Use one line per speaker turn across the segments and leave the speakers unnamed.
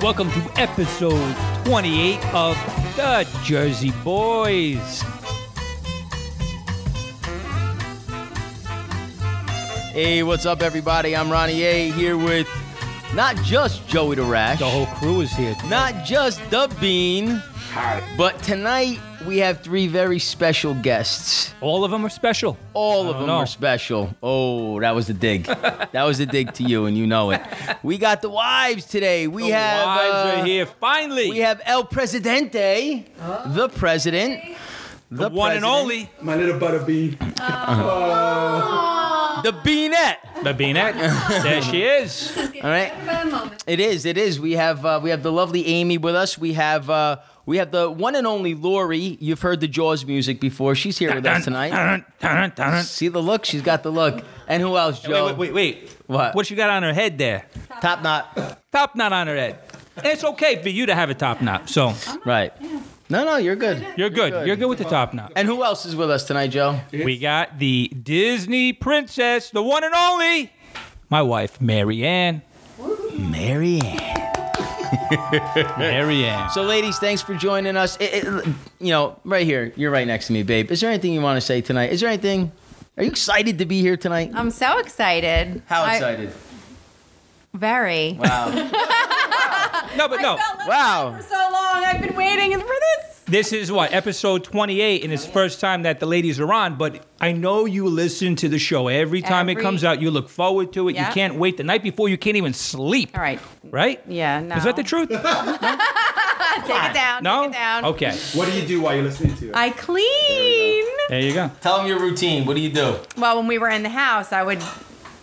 Welcome to episode 28 of The Jersey Boys.
Hey, what's up, everybody? I'm Ronnie A. here with not just Joey DeRash,
The whole crew is here.
not just the Bean, but tonight we have three very special guests.
All of them are special. I
All of
don't
them
know.
are special. Oh, that was the dig. that was the dig to you, and you know it. We got the wives today. We
The
have
wives
uh,
are here finally.
We have El Presidente, the president,
the one and only
My little butter bean.
the Beanette.
the Beanette. there she is.
All right. It is. It is. We have uh, we have the lovely Amy with us. We have uh, we have the one and only Lori. You've heard the Jaws music before. She's here with us tonight.
Dun, dun, dun, dun.
See the look. She's got the look. And who else, Joe?
Wait, wait, wait, wait.
What?
What you got on her head there?
Top knot.
Top knot on her head. It's okay for you to have a top knot. So
Right. No, no, you're good.
you're good.
good.
You're good with the top knot.
And who else is with us tonight, Joe?
We got the Disney princess, the one and only, my wife, Mary Ann.
Mary Ann.
Mary Ann.
So, ladies, thanks for joining us. It, it, you know, right here, you're right next to me, babe. Is there anything you want to say tonight? Is there anything? Are you excited to be here tonight?
I'm so excited.
How
I-
excited?
very.
Wow.
No, but no.
wow.
so long. I've been waiting for this.
This is what episode 28, and it's the first time that the ladies are on. But I know you listen to the show every time it
Every-
comes out. You look forward to it. You
Yeah.
can't wait. The night before, you can't even sleep.
All right.
Right?
Yeah. No.
Is that the truth?
Take it down.
no.
Take it down.
Okay.
What do you do while you're listening to it?
I clean.
There you go.
Tell them your routine. What do you do?
Well, when we were in the house, I would,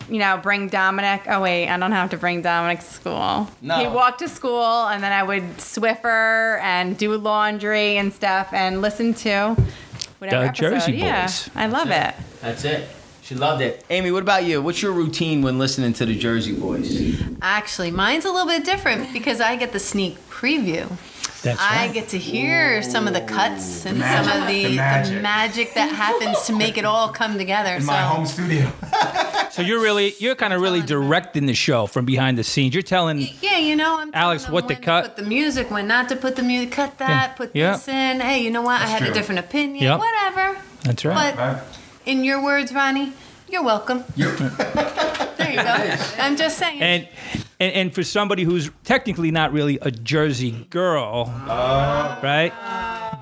you know, bring Dominic. Oh wait, I don't have to bring Dominic to school.
No.
He walked to school, and then I would Swiffer and do laundry and stuff, and listen to whatever
The
episode.
Jersey
yeah,
Boys.
I love it.
That's it. She loved it. Amy, what about you? What's your routine when listening to the Jersey Boys?
Actually, mine's a little bit different because I get the sneak preview.
That's
I
right.
get to hear some of the cuts and some of the,
The
the,
magic.
magic. that happens to make it all come together.
In
so
my home studio.
So you're really, you're kind of really directing the show from behind the scenes. You're telling.
yeah, you know, I'm telling
Alex,
them
what to
when
cut.
put the music, when not to put the music, cut that, put
Yeah.
this in. Hey, you know what? I had
true.
a different opinion.
Yep.
Whatever.
That's right.
But in your words, Ronnie, you're welcome. there you go. I'm just saying.
and, and and for somebody who's technically not really a Jersey girl, right?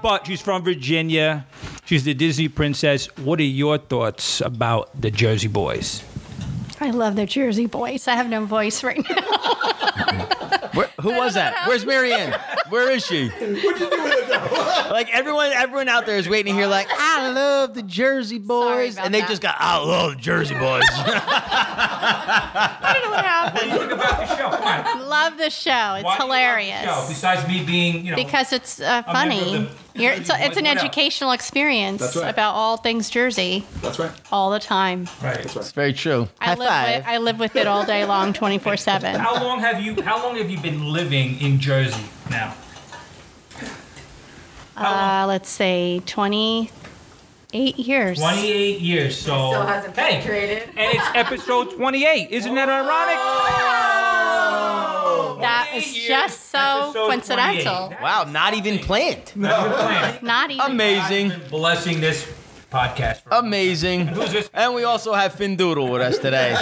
But she's from Virginia. She's the Disney princess. What are your thoughts about the Jersey Boys?
I love their Jersey voice. I have no voice right now.
Where, who was that? Where's Marianne? Where is she? like everyone, everyone out there is waiting to hear. Like, I love the Jersey Boys,
about
and they
that.
just got, I love Jersey Boys.
I don't know what happened.
Think about the show. Come on.
Love the show. It's hilarious
Besides me being, you know,
because it's uh,
A member of
funny.
the
You're, it's,
Jersey
it's an
Boys.
educational experience
That's right.
about all things Jersey
That's right.
all the time.
right.
It's very true.
I
High
live,
five.
With, I live with it all day long, 24 7.
How long have you? How long have you been living in Jersey now?
Uh, let's say 28 years.
28 years. So
Still hasn't
Hey,
penetrated.
and it's episode 28. Isn't that ironic?
That was
28 years,
just so
episode
coincidental.
28.
Wow, not even planned.
Not even.
Amazing,
Been blessing this podcast. For
amazing.
Who's this?
And we also have Finn Doodle with us today.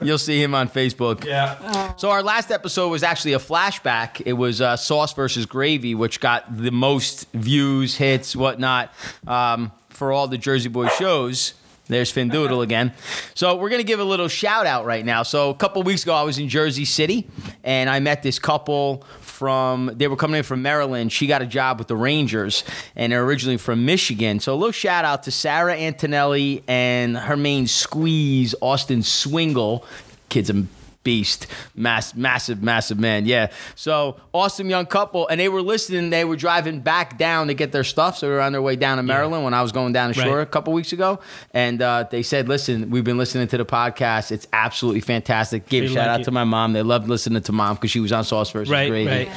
You'll see him on Facebook.
Yeah.
So our last episode was actually a flashback. It was uh, sauce versus gravy, which got the most views, hits, whatnot, um, for all the Jersey Boy shows. There's Finn Doodle again. So we're gonna give a little shout out right now. So a couple weeks ago, I was in Jersey City, and I met this couple from. They were coming in from Maryland. She got a job with the Rangers, and they're originally from Michigan. So a little shout out to Sarah Antonelli and her main squeeze, Austin Swingle. Kid's a beast, mass, massive, massive man. Yeah. So awesome young couple, and they were listening. They were driving back down to get their stuff, so they were on their way down to Maryland when I was going down to
Right.
shore a couple weeks ago, and uh, they said, "Listen, we've been listening to the podcast. It's absolutely fantastic." Give a
They
shout
like
out
it.
to my mom. They loved listening to mom because she was on Sauce versus
Right,
Gravy.
right.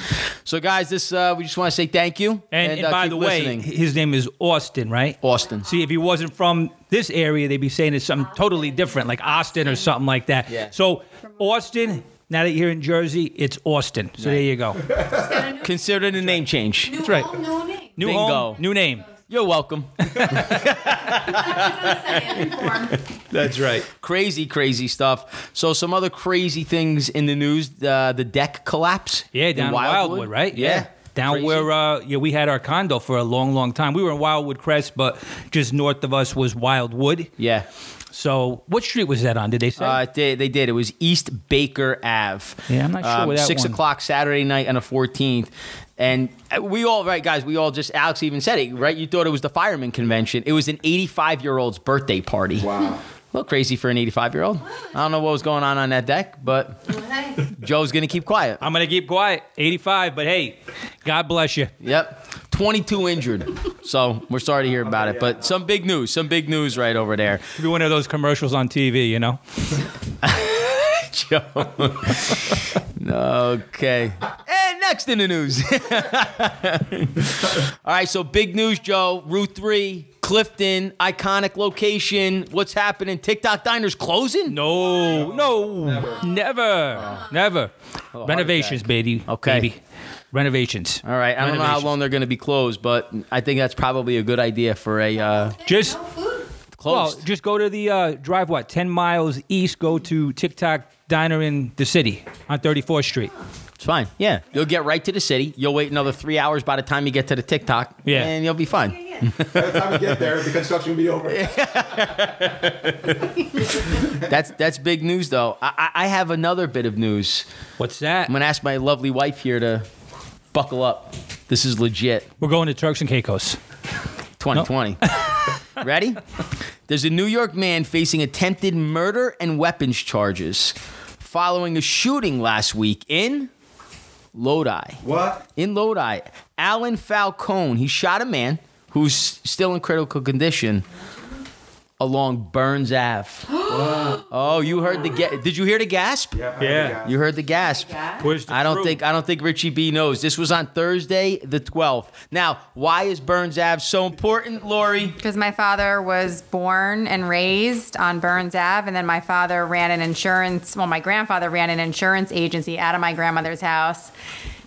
So guys, this uh, we just want to say thank you,
And, and
uh,
by
keep
the way,
listening.
his name is Austin, right?
Austin.
See, if he wasn't from this area, they'd be saying it's something totally different, like Austin or something like that.
Yeah.
So, Austin, Now that you're in Jersey, it's Austin. So there you go.
Consider the name change.
New
right.
home, new name.
New
Bingo.
home, new name.
You're welcome.
That's right.
crazy, crazy stuff. So some other crazy things in the news: uh, the deck collapse.
Yeah,
in
down in Wildwood, right?
Yeah.
Down
Crazy.
where uh, yeah, we had our condo for a long, long time. We were in Wildwood Crest, but just north of us was Wildwood.
Yeah.
So, what street was that on? Did they say?
Uh, they, they did. It was East Baker Ave. Um,
Yeah, I'm not sure where that
Six
one-
o'clock Saturday night on the 14th. And uh, we all, right, guys, we all just, Alex even said it, right? You thought it was the fireman convention. It was an 85 year old's birthday party.
Wow.
A little crazy for an 85 year old. I don't know what was going on on that deck, but
Hey.
Joe's going to keep quiet.
I'm gonna keep quiet. 85, but hey, God bless you.
Yep. 22 injured. So we're sorry to hear about it, but some big news, some big news right over there.
Could be one of those commercials on TV, you know.
Joe. okay. And next in the news. All right, so big news, Joe. Route 3, Clifton, iconic location. What's happening? TikTok Diner's closing?
No, no, never, never.
Oh.
Renovations, baby.
Okay.
baby. Renovations.
All right, I don't know how long they're going to be closed, but I think that's probably a good idea for a uh,
Just
No food.
well,
closed.
just go to the uh, drive. What, 10 miles east? Go to TikTok Diner in the city on 34th Street.
It's fine. Yeah. You'll get right to the city. You'll wait another three hours by the time you get to the TikTok.
Yeah.
And you'll be fine.
By the time we get there, the construction will be over.
That's that's big news, though. I, I I have another bit of news.
What's that?
I'm going to ask my lovely wife here to buckle up. This is legit.
We're going to Turks and Caicos.
2020. Ready? There's a New York man facing attempted murder and weapons charges following a shooting last week in Lodi.
What?
in Lodi, Alan Falcone, he shot a man who's still in critical condition along Burns Ave. oh, you heard the ga- Did you hear the gasp?
Yeah.
Yeah.
You heard the gasp.
Where's the
I don't
crew?
think I don't think Richie B knows. This was on Thursday the 12th. Now, why is Burns Ave so important, Lori?
Because my father was born and raised on Burns Ave, and then my father ran an insurance. Well, my grandfather ran an insurance agency out of my grandmother's house,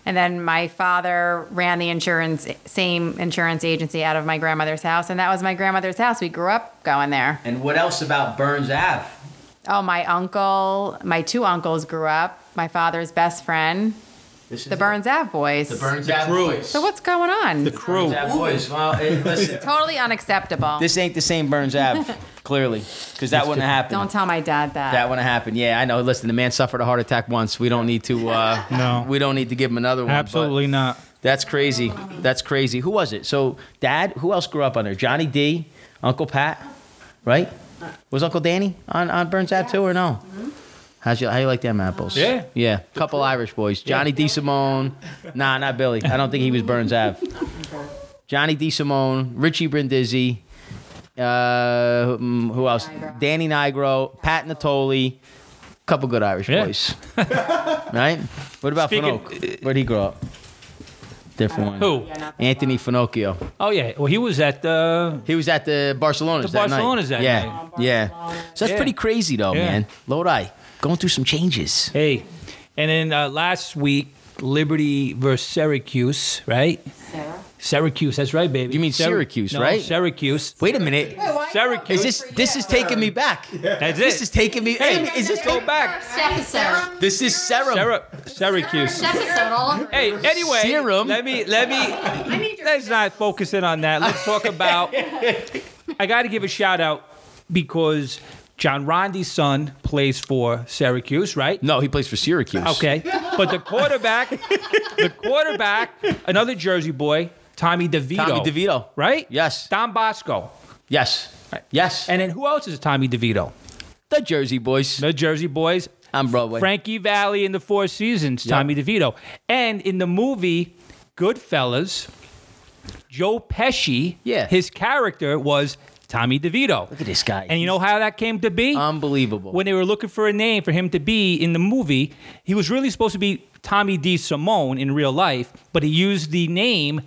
and then my father ran the insurance same insurance agency out of my grandmother's house, and that was my grandmother's house. We grew up going there.
And what else about Burns Ave?
Oh, my uncle, my two uncles grew up. My father's best friend,
This is
the Burns Ave boys.
The Burns Ave boys.
so what's going on?
The crew.
Burns Ave boys. Well, it- listen.
totally unacceptable.
This ain't the same Burns Ave, clearly, because that wouldn't happen.
Don't tell my dad that.
That wouldn't happen. Yeah, I know. Listen, the man suffered a heart attack once. We don't need to. Uh,
No.
we don't need to give him another one. but
Absolutely not.
That's crazy. That's crazy. Who was it? So, Dad. Who else grew up on there? Johnny D. Uncle Pat. Right. Was Uncle Danny on on Burns Ave too or no? How's you, how you like them apples?
Yeah.
Yeah. Couple Irish boys. Johnny D. Simone. Nah, not Billy. I don't think he was Burns Ave. Johnny D. Simone, Richie Brindisi, uh, mm, who else?
Nigro.
Danny Nigro, Pat Natoli, couple good Irish
Yeah.
boys. right? What about
Speaking-
Finocchio? Where'd he grow up? Different one.
Who?
Anthony Finocchio.
Oh yeah. Well, he was at uh, the.
He was at the Barcelona's
The
that
Barcelona's
night.
that
yeah.
night.
Yeah. So that's
Yeah.
pretty crazy though,
Yeah.
man. Lodi going through some changes.
Hey, and then uh, last week Liberty versus Syracuse, right?
Sarah?
Syracuse. That's right, baby.
You mean
Syr-
Syracuse,
no,
right?
Syracuse.
Wait a minute.
Syracuse.
Is this this is taking me back?
That's it.
This is taking me.
Hey,
Hey, is this
go back?
Step aside.
this is Sarah?
Syra- Syracuse.
Step aside. All over.
Hey, anyway,
Serum.
let me let me let's not focus in on that. Let's talk about. I got to give a shout out because John Rondy's son plays for Syracuse, right?
No, he plays for Syracuse.
Okay. But the quarterback, the quarterback, another Jersey boy, Tommy DeVito.
Tommy DeVito.
Right?
Yes.
Don Bosco.
Yes. Yes.
And then who else is Tommy DeVito?
the Jersey Boys
The Jersey boys,
on Broadway.
Frankie Valley in the Four Seasons, Tommy DeVito. And in the movie Goodfellas, Joe Pesci,
Yeah.
his character was Tommy DeVito.
Look at this guy.
And you know how that came to be?
unbelievable.
when they were looking for a name for him to be in the movie, he was really supposed to be Tommy D. Simone in real life, but he used the name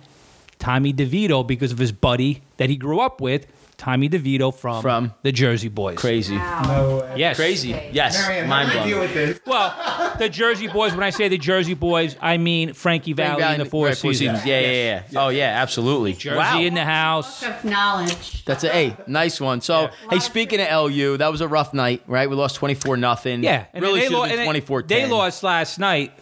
Tommy DeVito because of his buddy that he grew up with, Tommy DeVito from,
From-
the Jersey Boys.
crazy.
No way.
Yes.
Crazy. Yes.
Oh, uh, Marianne, how
Mind
do you deal
blowing.
with this?
Well, the Jersey Boys. When I say the Jersey Boys, I mean Frankie Valley, and the Four
right,
Seasons.
Yeah, yeah, yeah. Oh yeah, absolutely.
Jersey
wow.
in the house.
Of knowledge.
That's a hey, nice one. So hey, speaking of LU, that was a rough night, right? We lost twenty four nothing.
Yeah, and
really
they
should
lo-
have
and
been
they-
twenty four.
They lost last night.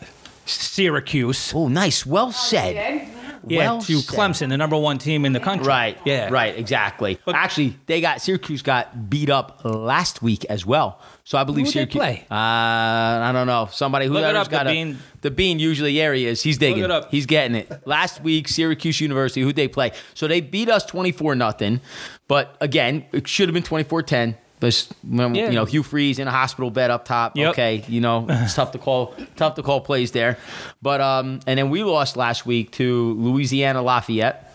Syracuse.
Oh, nice. Well said.
Yeah,
Well
to
said.
Clemson, the number one team in the country.
Right.
Yeah.
Right. Exactly.
But-
Actually, they got Syracuse got beat up last week as well. So I believe
Who'd they
Syracuse.
play?
Uh, I don't know. Somebody who
Look it
has
up,
got
the
a-
Bean.
the bean usually yeah, he is. He's digging.
it up.
He's getting it. Last week, Syracuse University. Who they play? So they beat us twenty four nothing. But again, it should have been 24-10. This,
Yeah.
you know, Hugh Freeze in a hospital bed up top.
Yep.
Okay, you know, it's tough to call, tough to call plays there. But um, and then we lost last week to Louisiana Lafayette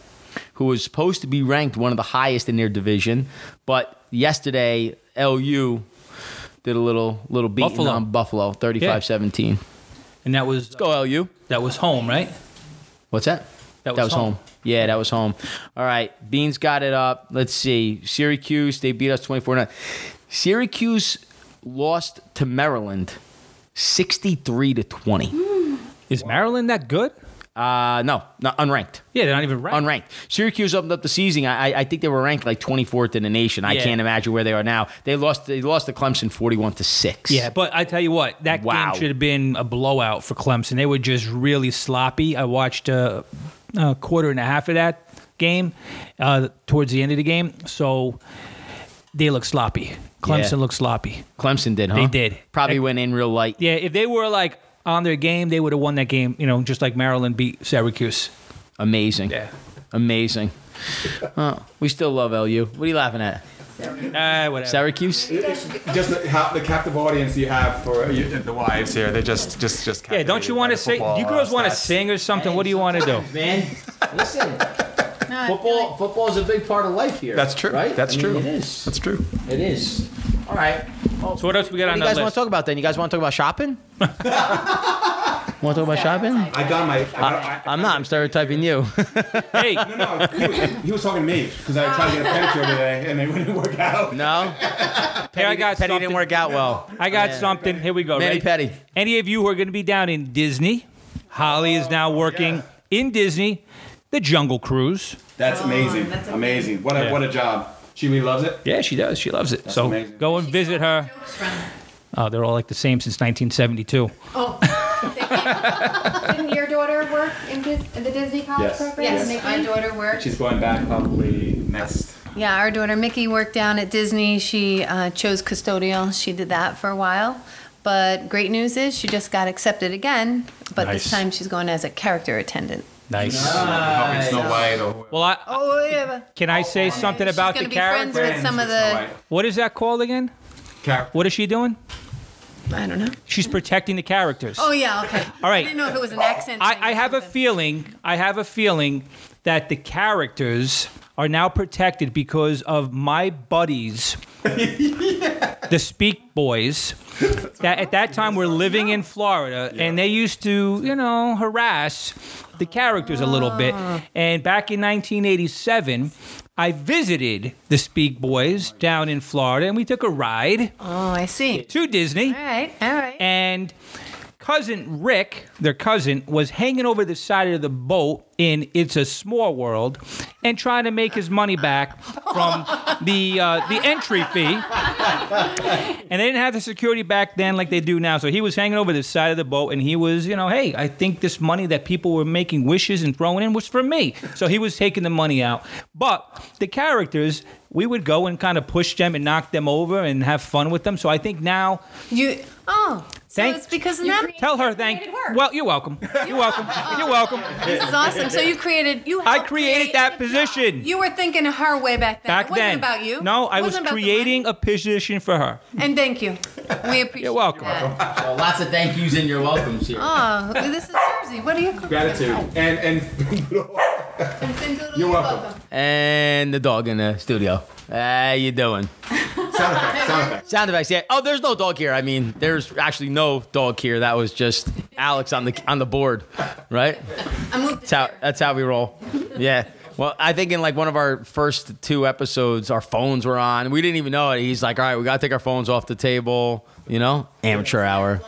who was supposed to be ranked one of the highest in their division, but yesterday LU did a little little beating
Buffalo.
on Buffalo, 35-17.
And that was
Go LU.
that was home, right?
What's that?
That was home.
Yeah, that was home. All right, Beans got it up. Let's see. Syracuse, they beat us 24 9. Syracuse lost to Maryland 63 to 20.
Is Maryland that good?
Uh, no, not unranked.
Yeah, they're not even ranked.
unranked. Syracuse opened up the season. I, I- I think they were ranked like 24th in the nation. I
Yeah.
can't imagine where they are now. They lost. They lost to Clemson 41 to six.
Yeah, but I tell you what, that
Wow.
game should have been a blowout for Clemson. They were just really sloppy. I watched a, a quarter and a half of that game uh, towards the end of the game, so they look sloppy. Clemson
Yeah.
looked sloppy.
Clemson did. huh?
They did.
Probably
That-
went in real light.
Yeah, if they were like on their game, they would have won that game. You know, just like Maryland beat Syracuse.
Amazing.
Yeah.
Amazing. Oh, we still love LU. What are you laughing at?
Ah, whatever.
Syracuse.
Just the, how, the captive audience you have for uh, you, the wives here. They just, just, just.
yeah, don't you want to sing? Do you girls want to sing or something? what do you want to do?
man? Listen. Football, football is a big part of life here.
That's true.
Right?
That's
I mean,
true.
It is.
That's true.
It is. All right. Well,
So what else we got
What
on
do
that
you guys want
list?
to talk about then? You guys want to talk about shopping? want to talk about shopping?
I got my. I got, I,
I'm not. I'm stereotyping you.
hey,
no, no, he, was, he was talking to me because I tried to get a pedicure today and it wouldn't work out.
No,
here I got
Petty
something.
didn't work out well.
I got something. Here we go.
Manny
Ready?
Petty.
Any of you who are going to be down in Disney, Holly is now working in Disney, the Jungle Cruise.
That's
Oh,
amazing. amazing. What a
Yeah.
what a job. She really loves it.
Yeah, she does. She loves it. so
amazing.
go and visit her. Oh, they're all like the same since 1972.
Didn't your daughter work in, Dis- in the Disney College
Yes.
program?
Yes,
Mickey?
my daughter worked.
She's going back probably next.
Yeah, our daughter Mickey worked down at Disney. She uh, chose custodial. She did that for a while. But great news is she just got accepted again, but
Nice.
this time she's going as a character attendant.
Nice.
Helping Snow White or
Well, I,
Oh, yeah.
can I say something
She's
about
gonna
the
be
character?
friends with some of the.
What is that called again?
character.
What is she doing?
I don't know.
She's protecting the characters.
Oh yeah, okay.
All right.
I didn't know if it was an accent. thing
I, I
or
have a
something.
feeling. I have a feeling that the characters are now protected because of my buddies, the Speak Boys. That at that time were living in Florida, and they used to, you know, harass the characters a little bit. And back in 1987. I visited the Speak Boys down in Florida and we took a ride
Oh, I see.
to Disney
All right, all right.
and cousin Rick, their cousin, was hanging over the side of the boat in It's a Small World, and trying to make his money back from the uh, the entry fee. And they didn't have the security back then like they do now, so he was hanging over the side of the boat, and he was, you know, hey, I think this money that people were making wishes and throwing in was for me, so he was taking the money out. But the characters. We would go and kind of push them and knock them over and have fun with them. So I think now
you. Oh, so
Thank-
it's because of them.
Tell her thank.
work.
Well, you're welcome. You're welcome. You're welcome.
This is awesome. So you created. You.
I
helped
created
create-
that position.
You were thinking of her way back then.
Back
it wasn't
then,
about you.
No,
It
I was
wasn't about the
creating a position for her.
money. And thank you. We appreciate.
You're welcome.
That.
lots of thank yous and your welcomes here.
Oh, this is Jersey. What are you? cooking?
Gratitude and and You're welcome.
And the dog in the studio. How you doing?
sound effect, sound effect.
Sound effects. Yeah. Oh, there's no dog here. I mean, there's actually no dog here. That was just Alex on the on the board, right?
I moved.
That's how that's how we roll. Yeah. Well, I think in like one of our first two episodes, our phones were on. We didn't even know it. He's like, "All right, we gotta take our phones off the table." You know, amateur hour.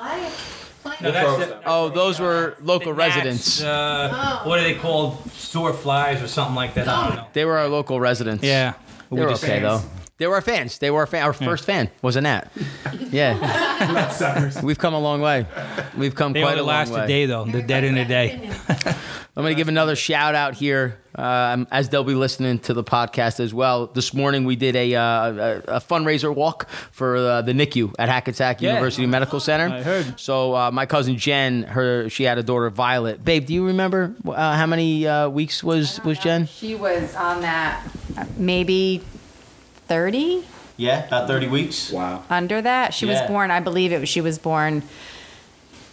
No, that's the-
Oh, those were local
the gnats,
residents.
Uh,
Oh.
What are they called? Sewer flies or something like that. I don't know.
They were our local residents.
Yeah.
They were okay, though. They were our fans. They were our, fan. our first fan was a Nat. Yeah. We've come a long way. We've come
They
quite
only
a long
last
way.
a day though. They're dead in a day.
I'm going to give another shout out here um, as they'll be listening to the podcast as well. This morning we did a, uh, a, a fundraiser walk for uh, the NICU at Hackensack
Yeah.
University Medical Center.
I heard.
So uh, my cousin Jen, her she had a daughter Violet. Babe, do you remember uh, how many uh, weeks was was Jen?
She was on that uh, maybe 30
Yeah, about 30 weeks.
Wow.
under that. She
Yeah.
was born, I believe it was, she was born,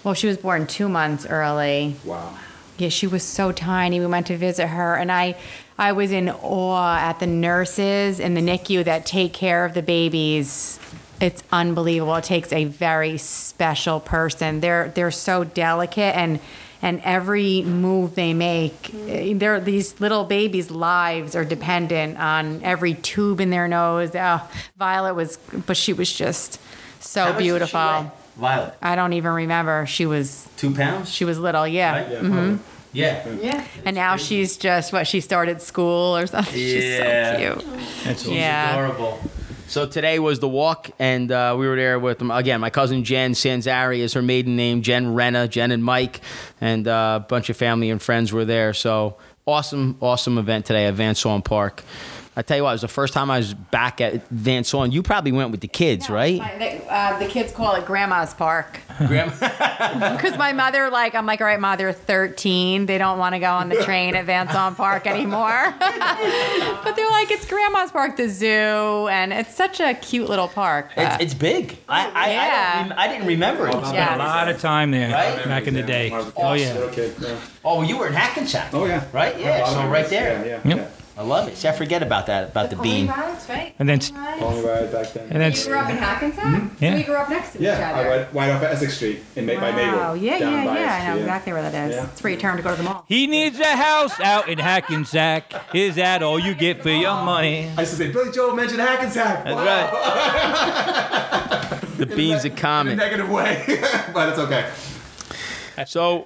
well, she was born two months early.
Wow.
Yeah, she was so tiny. We went to visit her, and I, I was in awe at the nurses in the NICU that take care of the babies. It's unbelievable. It takes a very special person. They're they're so delicate, and and every move they make, eh, they're these little babies' lives are dependent on every tube in their nose. Oh, Violet was, but she was just so beautiful.
Violet,
I don't even remember. She was
two pounds.
she Mm-hmm. was little. Yeah.
Right?
Yeah, probably.
Yeah.
Yeah.
And now she's just what she started school or something.
Yeah.
She's so cute. Yeah.
adorable. So today was the walk, and uh, we were there with them again. My cousin Jen Sanzari is her maiden name. Jen Renna, Jen and Mike, and uh, a bunch of family and friends were there. So awesome, awesome event today at Van Saun Park. I tell you what, it was the first time I was back at Van Saun. You probably went with the kids, right?
The, uh, the kids call it Grandma's Park. Grandma. Because my mother, like, I'm like, all right, ma, they're 13. They don't want to go on the train at Van Saun Park anymore. but they're like, it's Grandma's Park, the zoo, and it's such a cute little park. but-
it's big. I I,
Yeah.
don't rem- I didn't remember it.
Oh,
A lot of time there
Right?
back in the day.
When I was a kid,
Oh
little
yeah.
kid, yeah.
Oh, you were in Hackensack.
Oh yeah.
Right? Yeah,
A lot of
so
memories.
right there.
Yeah, yeah.
Yep.
I love it. See, I forget about that about
Oh,
the, bean.
Rides, right?
And then-
Pony rides.
yeah. Long ride back then.
And
You
that's Hmm?
grew up in Hackensack?
Yeah.
So you grew up next to each
yeah,
other.
I ride, ride off at Essex Street in Ma- by Maywood.
Wow. Yeah,
down
yeah,
by Essex
yeah. I know
Street,
exactly where that is.
Yeah.
It's where you turn to go to the mall.
he needs a house out in Hackensack. Is that all you get for your money?
I used to say, Billy Joel mentioned Hackensack.
That's
Wow.
right.
The beans of comet.
Negative way, but it's okay.
So uh,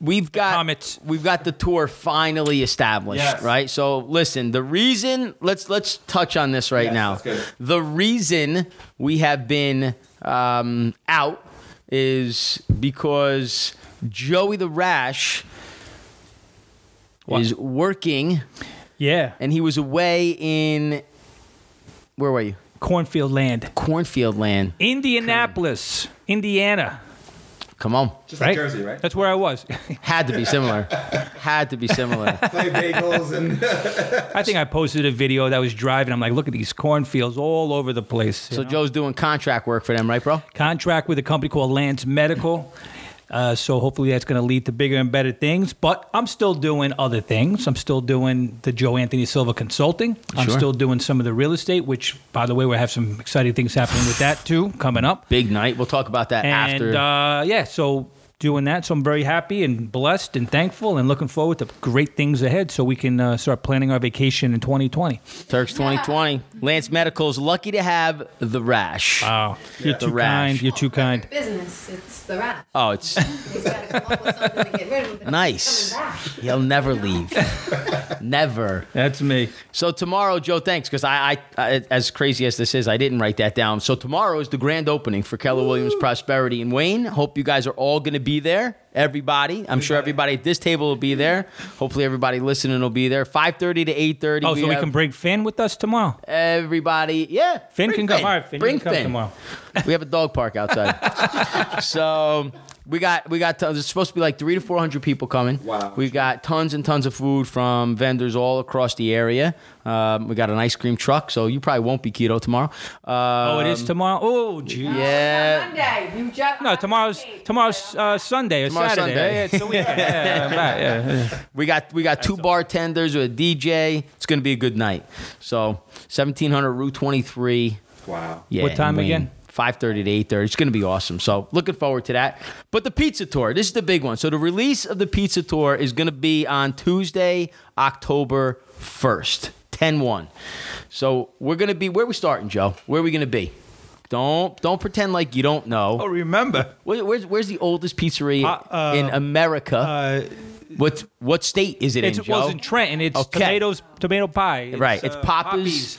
we've got
comets.
we've got the tour finally established,
Yes.
right? So listen, the reason let's let's touch on this right
Yes,
now.
that's good.
The reason we have been um, out is because Joey the Rash is working,
Yeah.
and he was away in where were you?
Cornfield land.
Cornfield land.
Indianapolis, Indiana.
Come on,
Just
Right?
like Jersey, right?
That's where I was.
had to be similar. had to be similar.
Play bagels and
I think I posted a video that was driving. I'm like, look at these cornfields all over the place. you
So
know?
Joe's doing contract work for them, right, bro?
contract with a company called Lance Medical. Uh, so hopefully that's going to lead to bigger and better things. But I'm still doing other things. I'm still doing the Joe Anthony Silva Consulting. I'm
Sure.
still doing some of the real estate, which, by the way, we have some exciting things happening with that too coming up.
Big night. We'll talk about that
And
after.
uh, yeah, so doing that. So I'm very happy and blessed and thankful and looking forward to great things ahead so we can uh, start planning our vacation in 2020.
Turks 2020. Lance Medical's lucky to have the rash.
Wow. You're too
The rash.
kind. You're too kind.
Business. It's the wrap.
oh, it's
He's got to come up with something to get rid of it.
nice.
Coming back.
He'll never leave. never.
That's me.
So tomorrow, Joe, thanks, because I, I, I, as crazy as this is, I didn't write that down. So tomorrow is the grand opening for Keller Williams Prosperity in Wayne. Hope you guys are all going to be there. Everybody, I'm sure everybody at this table will be there. Hopefully, everybody listening will be there. 5:30 to 8:30.
Oh, so we
have
can bring Finn with us tomorrow.
everybody. Yeah,
Finn
bring
can come. All right, Finn
bring
can come
Finn.
tomorrow.
we have a dog park outside. so we got we got tons. There's supposed to be like three to four hundred people coming.
Wow.
We've got tons and tons of food from vendors all across the area. Um, we got an ice cream truck, so you probably won't be keto tomorrow. Uh,
Oh, it is tomorrow. Oh, geez.
Yeah.
Monday, you just
No, tomorrow's tomorrow's uh, Sunday or
Tomorrow's
Saturday.
Sunday.
Yeah, it's the weekend. yeah, right, yeah, yeah.
We got we got two bartenders with a DJ. It's gonna be a good night. So 1700 Route 23.
wow.
Yeah,
What time again?
Five thirty to eight thirty. It's going to be awesome. So looking forward to that. But the pizza tour. This is the big one. So the release of the pizza tour is going to be on Tuesday, October first, 10-1. So we're going to be where are we starting, Joe? Where are we going to be? Don't don't pretend like you don't
Oh,
know.
remember.
Where, where's where's the oldest pizzeria
Uh, uh,
in America?
Uh,
what what state is it in,
it
Joe?
was in Trenton. It's
Okay.
tomatoes, tomato pie. It's, uh,
Right, it's Papa's- Papa's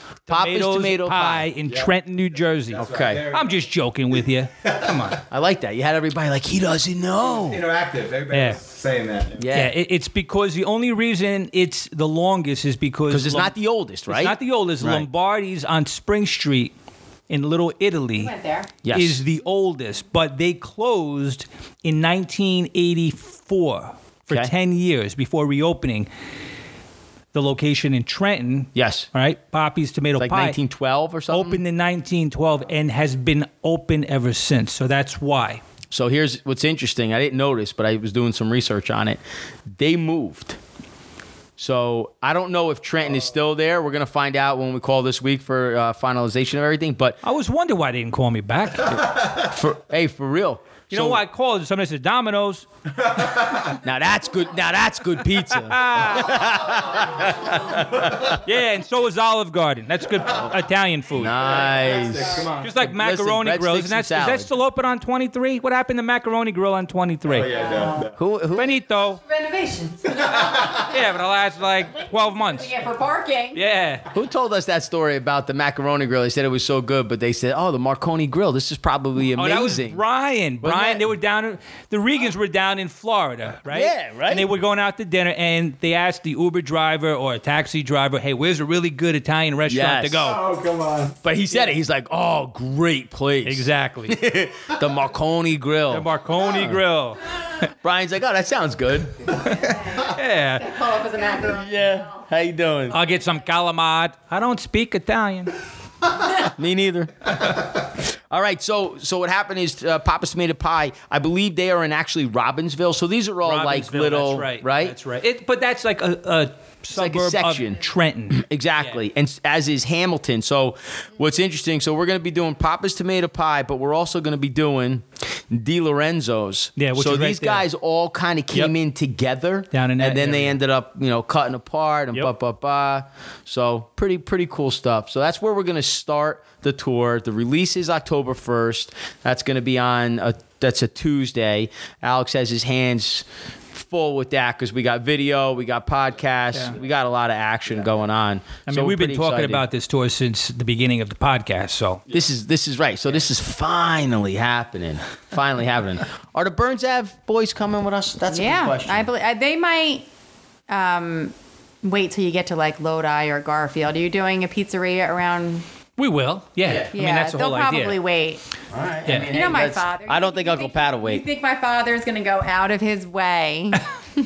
tomatoes
tomato
pie
pie.
in Trenton, New Jersey.
Okay.
There-
I'm just joking with you. Come on.
I like that. You had everybody like he doesn't know.
interactive. Everybody
Yeah.
was saying that.
Yeah, it, it's because the only reason it's the longest is because
because it's
Lom-
not the oldest, right?
It's not the oldest.
Right.
Lombardi's on Spring Street in Little Italy
Went there.
Yes.
is the oldest, but they closed in 1984 for
Okay.
10 years before reopening the location in Trenton.
Yes.
All right, Poppy's Tomato
like
Pie.
1912 or something.
Opened in 1912 and has been open ever since. So that's why.
So here's what's interesting. I didn't notice, but I was doing some research on it. They moved. So I don't know if Trenton is still there. We're gonna find out when we call this week for uh, finalization of everything. But
I always wonder why they didn't call me back.
for hey, for real,
You
So-
know why I called? Somebody said Domino's.
Now that's good. Now that's good pizza.
Yeah, and so is Olive Garden. That's good Italian food.
nice.
Come on.
Just like macaroni
breadsticks
grills, and
and
that's is that
salad.
still open on 23? What happened to macaroni grill on 23?
Oh, yeah, no, no.
Who, who?
Benito,
Renovations.
yeah, but it lasts like 12 months.
Yeah, for parking.
Yeah,
Who told us that story about the macaroni grill? They said it was so good, but they said, "Oh, the Marconi grill. This is probably
oh,
amazing."
that was Brian. Brian,
that-
they were down. The Regans were down in Florida, right?
Yeah, right.
And they were going out to dinner, and they asked the Uber driver or a taxi driver, "Hey, where's a really good Italian restaurant
Yes.
to go?"
Oh, come on.
But he said it. He's like, "Oh, great place.
Exactly,
The Marconi grill."
the Marconi Grill.
Brian's like, "Oh, that sounds good."
Yeah,
Call up as a macaroni.
yeah. How you doing?
I'll get some calamari. I don't speak Italian.
Me neither. All right, so so what happened is uh, Papa's Tomato Pie. I believe they are in actually Robbinsville. So these are all Oh, like
Robbinsville,
little,
that's right, That's right. It, but that's like a, a
like
suburb
a section.
of Trenton.
Exactly. And s- as is Hamilton. So what's interesting, so we're going to be doing Papa's Tomato Pie, but we're also going to be doing Di Lorenzo's.
Yeah, which
So
is right
these
there.
guys all kind of came
Yep.
in together.
Down in
And
that
then they
area.
ended up, you know, cutting apart and
Yep.
blah, blah, blah. So pretty, pretty cool stuff. So that's where we're going to start the tour. The release is October 1st. That's going to be on a, that's a Tuesday. Alex has his hands full with that because we got video, we got podcasts,
Yeah.
we got a lot of action going on.
I mean,
So we're
we've been
pretty
talking
excited.
about this tour since the beginning of the podcast. So
this is this is right. So this is finally happening. Finally happening. Are the Burns Ave boys coming with us? That's a good
Yeah,
question.
I believe I- they might um, wait till you get to like Lodi or Garfield. Are you doing a pizzeria around?
we will. Yeah. I mean, that's the
they'll
whole
probably
idea.
wait.
Yeah.
You know my
that's-
father.
I don't think
You
Uncle Pat will
You
wait.
think my father's going to go out of his way,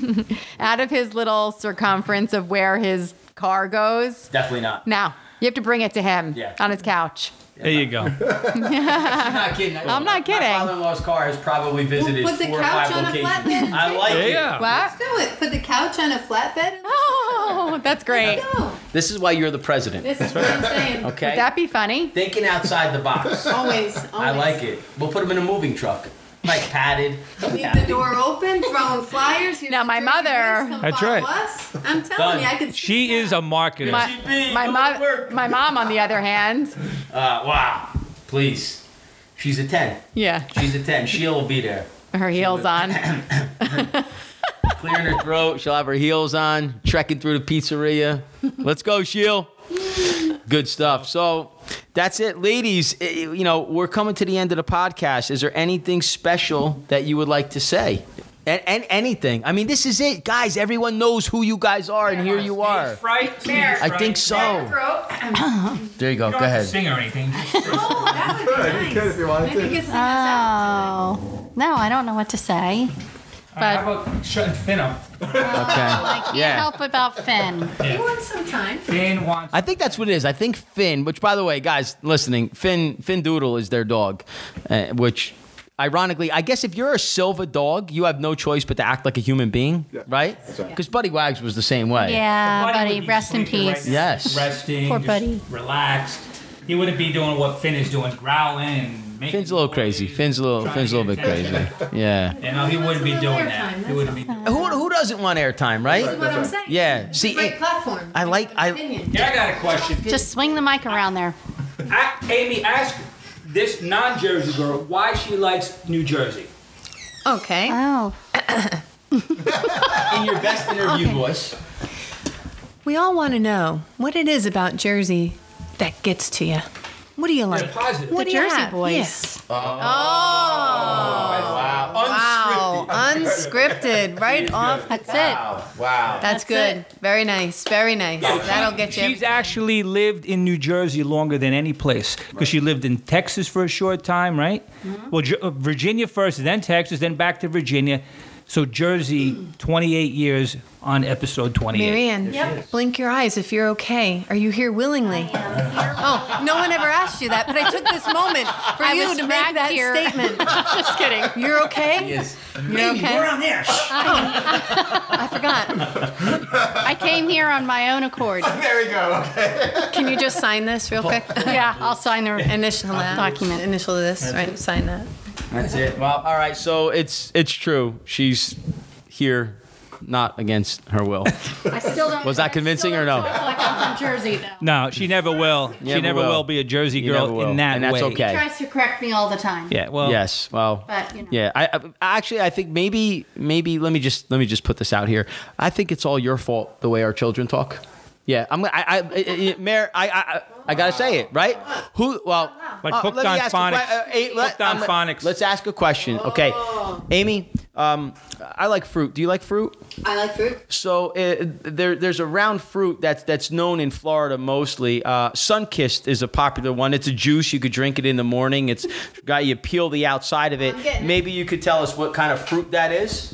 out of his little circumference of where his car goes?
Definitely not.
No, you have to bring it to him
Yeah.
on his couch.
There you go.
I'm not kidding.
I'm not kidding.
My father-in-law's car has probably visited
Put the
four or
couch
five
on a
locations.
flatbed.
I like it.
Yeah.
What?
Do it. Put the couch on a flatbed. and-
Oh, that's great.
No,
This is why you're the president.
this is what I'm saying.
Okay.
Would that be funny?
Thinking outside the box.
Always, always.
I like it. We'll put him in a moving truck, like padded.
Leave the door open, throwing flyers. Here's
Now,
the
my
Jersey
mother-
Boys, come
That's
follow
right.
Us. I'm telling
Done.
you, I can. see
She
it
is
now.
a marketer.
My,
GB,
my,
come to
mo-
work.
my mom, on the other hand,
Uh, wow. Please. She's a 10.
yeah,
She's a 10. She'll be there.
her heels on.
Clearing her throat. She'll have her heels on, trekking through the pizzeria. Let's go, Sheil. Good stuff. So that's it. Ladies, eh, you know, we're coming to the end of the podcast. Is there anything special that you would like to say? And, and anything. I mean, this is it. Guys, everyone knows who you guys are, and here you are.
Right.
I think so. There you go. Go ahead.
Sing or anything.
Oh, that would
Good, You could
be nice.
if you wanted
Maybe
to.
you can
Ah.
sing us out.
Oh, no, I don't know what to say. But
How about shutting Finn up?
Okay.
I can't
Yeah.
help about Finn.
You want some time?
Finn wants.
I think that's what it is. I think Finn, which by the way, guys listening, Finn Finn Doodle is their dog, uh, which ironically, I guess if you're a silver dog, you have no choice but to act like a human being, right?
right.
Because Buddy Wags was the same way.
Yeah,
Buddy
Uh, buddy,
would be
rest in
sleeping right
peace.
now,
Yes.
Resting.
Poor
just
Buddy.
Relaxed. He wouldn't be doing what Finn is doing, growling and making.
Finn's a little crazy.
noise,
Finn's a little
trying
Finn's a
to
little bit
get attention.
crazy. Yeah.
You know, he wouldn't be
It's a
doing
little airtime,
that. He
that's
wouldn't be doing
Who who doesn't want airtime,
That's
right?
what I'm saying.
Yeah. See,
Great
it-
platform.
I like- I-
Opinion.
Yeah, I got a question.
Just swing the mic around there.
I, Amy, ask this non-Jersey girl why she likes New Jersey.
Okay.
Oh,
In your best interview
Okay.
voice.
We all want to know what it is about Jersey that gets to you. What do you like?
positive.
What
the
do you
Jersey
have?
Boys.
Wow.
Wow, unscripted, right off.
That's it.
Wow. Wow.
That's,
That's
good.
it.
Very nice. Very nice. That'll get you.
She's actually lived in New Jersey longer than any place because she lived in Texas for a short time, right? Well, Jer- uh, Virginia first, then Texas, then back to Virginia. So Jersey, 28 years on episode 28.
Marianne, blink your eyes if you're okay. Are you here willingly? Oh, no one ever asked you that, but I took this moment for
I
you
was
to make
dragged
that
here.
statement.
Just kidding.
You're okay?
Yes.
You're okay? Oh.
Around there.
I forgot.
I came here on my own accord.
There we go. Okay.
Can you just sign this real quick?
Yeah, I'll sign the.
Initial that.
Document.
Uh, Initial this, right? Sign that.
That's it. Well, all right. So it's it's true. She's here, not against her will.
I still don't.
Was that convincing or no?
Like I'm from Jersey though.
No, she never will.
Never
she never will.
will.
be a Jersey
You never
girl
will,
in that
and that's
way.
He
okay.
tries to correct me all the time.
Yeah, well,
Yes. Well.
But, you know.
Yeah. I, I actually I think maybe maybe let me just let me just put this out here. I think it's all your fault the way our children talk. Yeah. I'm. I. I, I, I Mayor. I. I. I- I gotta say it right. Who? Well.
Like
uh,
hooked
let me
on
ask a que-
phonics.
uh, eh, let-
Hooked on
I'm-
phonics. Oh.
Let's ask a question. Okay. Amy. Um. I like fruit. Do you like fruit?
I like fruit.
So uh, there, there's a round fruit that's that's known in Florida mostly. Uh, Sunkist is a popular one. It's a juice you could drink it in the morning. It's got you peel the outside of it.
I'm getting it.
Maybe you could tell us what kind of fruit that is.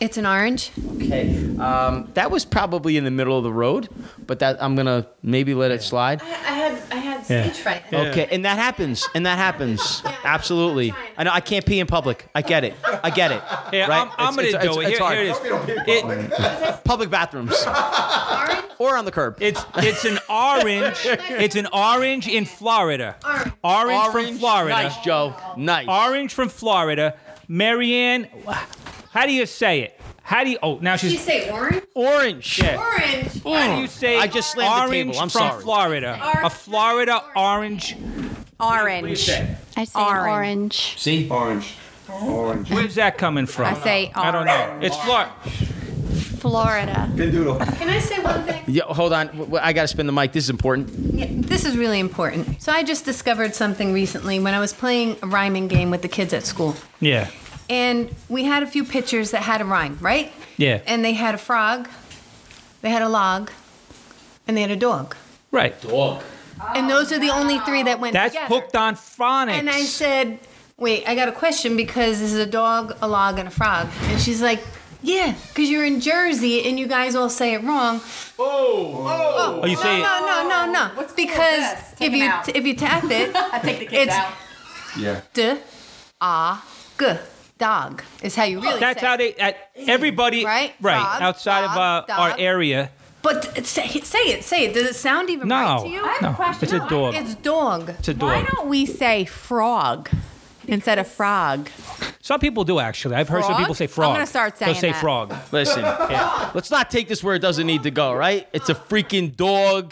It's an orange.
Okay, um, that was probably in the middle of the road, but that I'm gonna maybe let it slide.
I had I had
Yeah.
stage fright.
Okay, and that happens, and that happens. Absolutely. I know I can't pee in public. I get it. I get it.
Yeah,
right?
I'm, I'm gonna
It's- it's-
do it.
it's- it's
Here,
hard.
here it is. It-
Public bathrooms or on the curb.
it's it's an orange. it's an orange in Florida. Orange, from Florida.
Nice, Joe. Nice.
Orange from Florida. Marianne, how do you say it? How do you? Oh, now she's.
Did you say orange?
orange.
yeah.
Orange.
How do you say
I just slammed the
orange
table. I'm
from
sorry.
Florida? A Florida orange.
Orange.
I say
Orange.
orange.
See?
Orange. Orange.
Where's that coming from?
I say
I don't know. It's Florida.
Florida.
Pindoodle.
Can I say one thing?
Yeah, hold on. W- w- I got to spin the mic. This is important.
Yeah, this is really important. So I just discovered something recently when I was playing a rhyming game with the kids at school.
Yeah.
And we had a few pictures that had a rhyme, right?
Yeah.
And they had a frog, they had a log, and they had a dog.
Right.
and those are the only three that went
That's
together.
hooked on phonics.
And I said, "Wait, I got a question because this is a dog, a log, and a frog." And she's like, "Yeah, because you're in Jersey and you guys all say it wrong."
oh, you say
No, no, no, no. What's because
this? Take
if
'em
you
out.
if you tap it,
I take the
It's-
Yeah.
d a g dog is how you really
that's
say.
how
it.
they. At, everybody.
Right?
Right.
Frog,
outside
frog,
of uh, our
dog.
area.
But t- say, say it, say it. Does it sound even
No.
right to you?
no. It's a dog.
It's dog.
It's a
Why
dog.
don't we say frog instead of frog?
Some people do actually. I've heard some
Frog?
people say
I'm
frog.
gonna start
They'll
saying
say
that.
frog.
Listen, let's not take this where it doesn't need to go, right? It's a freaking dog.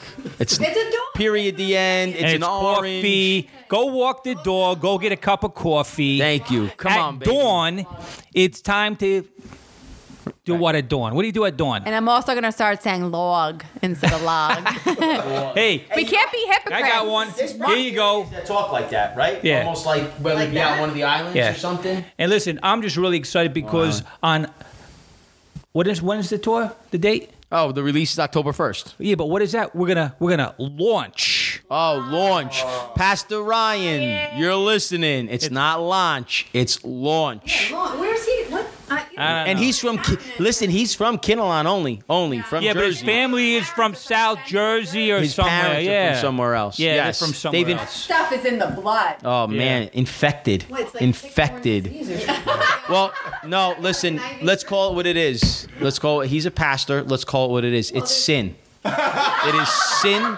It's,
It's a dog.
period, the end. It's
And
an
it's
orange.
coffee. Go walk the dog. Go get a cup of coffee.
Thank you. Come
at
on, baby.
dawn, it's time to do what at dawn. What do you do at dawn?
And I'm also gonna start saying log instead of log.
Hey,
we can't be hypocrites.
I got one. Here you go.
That talk like that, right?
Yeah.
Almost like whether it be out on one of the islands
Yeah.
or something.
And listen, I'm just really excited because on what is when is the tour? The date?
Oh, the release is October 1st.
Yeah, but what is that? We're gonna we're gonna launch.
Oh, launch. Pastor Ryan, you're listening. It's, not launch, it's launch.
Long. Where's he? What? I,
I don't
and
know.
he's from Ki- listen. He's from Kinnelon only, only from
yeah, but his
Jersey.
family is from South Jersey or
His
somewhere.
parents
yeah,
are from somewhere else.
Yeah,
yes.
they're from somewhere
They've in-
else.
stuff is in the blood.
Oh man, infected, infected. Well, no, listen. Let's call it what it is. Let's call it. He's a pastor. Let's call it what it is. It's sin. It is sin.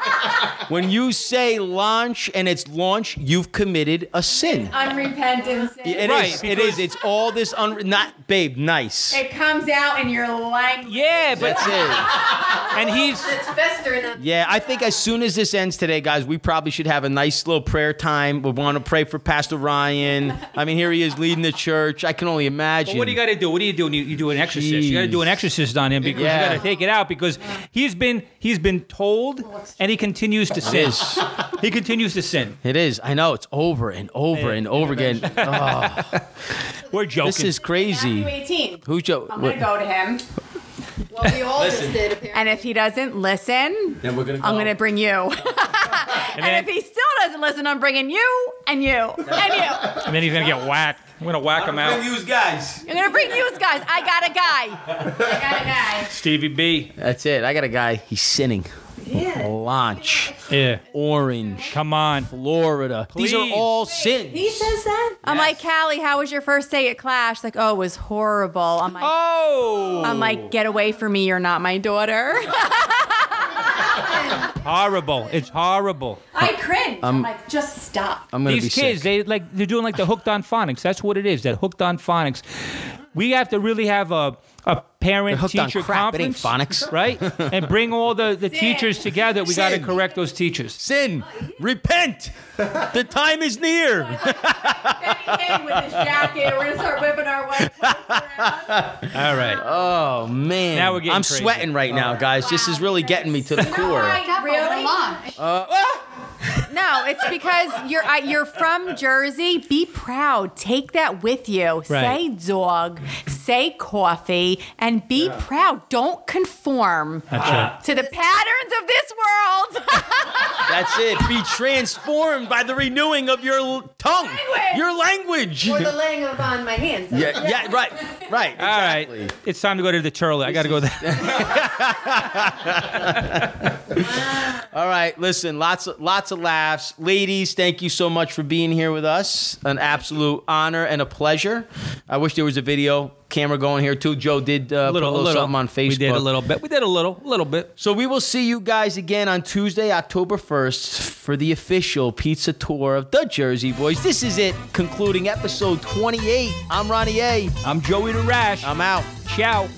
When you say launch and it's launch, you've committed a sin.
Unrepentant sin.
It is.
Right,
It is. It's all this un. Not babe. Nice.
It comes out in your language.
Yeah, but
That's it.
and he's
It's festering up.
Yeah, I think as soon as this ends today, guys, we probably should have a nice little prayer time. We want to pray for Pastor Ryan. I mean, here he is leading the church. I can only imagine.
But what do you got to do? What do you do? when You, you do an exorcist. You got to do an
Jeez.
exorcist on him because
Yeah.
you got to take it out because he's been he's been told and he continues to sin.
is.
He continues to sin.
It is. I know. It's over and over and over again. Oh,
We're joking.
this is
Matthew
crazy.
18.
Who's Joe?
I'm going to go to him.
Well, we all just did, apparently.
And if he doesn't listen,
Then we're gonna.
I'm going to bring you.
and,
And
then,
if he still doesn't listen, I'm bringing you and you and you.
and then he's gonna get whacked. I'm gonna whack him out.
use guys.
I'm going to bring you guys. I got a guy.
I got a guy.
Stevie B.
That's it. I got a guy. He's sinning.
Yeah.
Launch.
Yeah.
Orange.
Come on.
Florida. These are
Please.
all sins.
He says that?
I'm like, Callie, how was your first day at Clash? Like, oh, it was horrible. I'm like,
Oh.
I'm like, get away from me. You're not my daughter.
horrible. It's horrible.
I cringe.
Um,
I'm like, just stop.
I'm gonna be
These kids,
sick.
they like they're doing like the hooked on phonics. That's what it is. That hooked on phonics. We have to really have a a parent
They're hooked on
teacher
crap. It ain't
conference,
phonics.
right? and bring all the the teachers together. We got to
Sin.
correct those teachers.
Sin. Repent. the time is near.
Then he came with his jacket. We're going to start whipping our white coats around.
All right.
Oh man.
Now we're getting
I'm
crazy.
sweating right now, guys. This is really getting me to the core.
Right,
Really?
really?
no, Oh, it's because you're I, you're from Jersey. Be proud. Take that with you. Say
Right.
dog. Say coffee, and be proud. Don't conform
That's right.
to the patterns of this world.
That's it. Be transformed by the renewing of your l- tongue, your language.
Or the laying of on my hands.
yeah, yeah, right, right.
All right.
exactly.
It's time to go to the turtle. I got to go there.
All right. Listen, lots of lots of laughs, ladies. Thank you so much for being here with us. An absolute honor and a pleasure. I wish there was a video camera going here too. Joe did uh, put a little, something on Facebook.
We did a little bit. We did a little, little bit.
So we will see you guys again on Tuesday, October 1st for the official pizza tour of the Jersey Boys. This is it, concluding episode 28. I'm Ronnie A.
I'm Joey the Rash.
I'm out.
Ciao.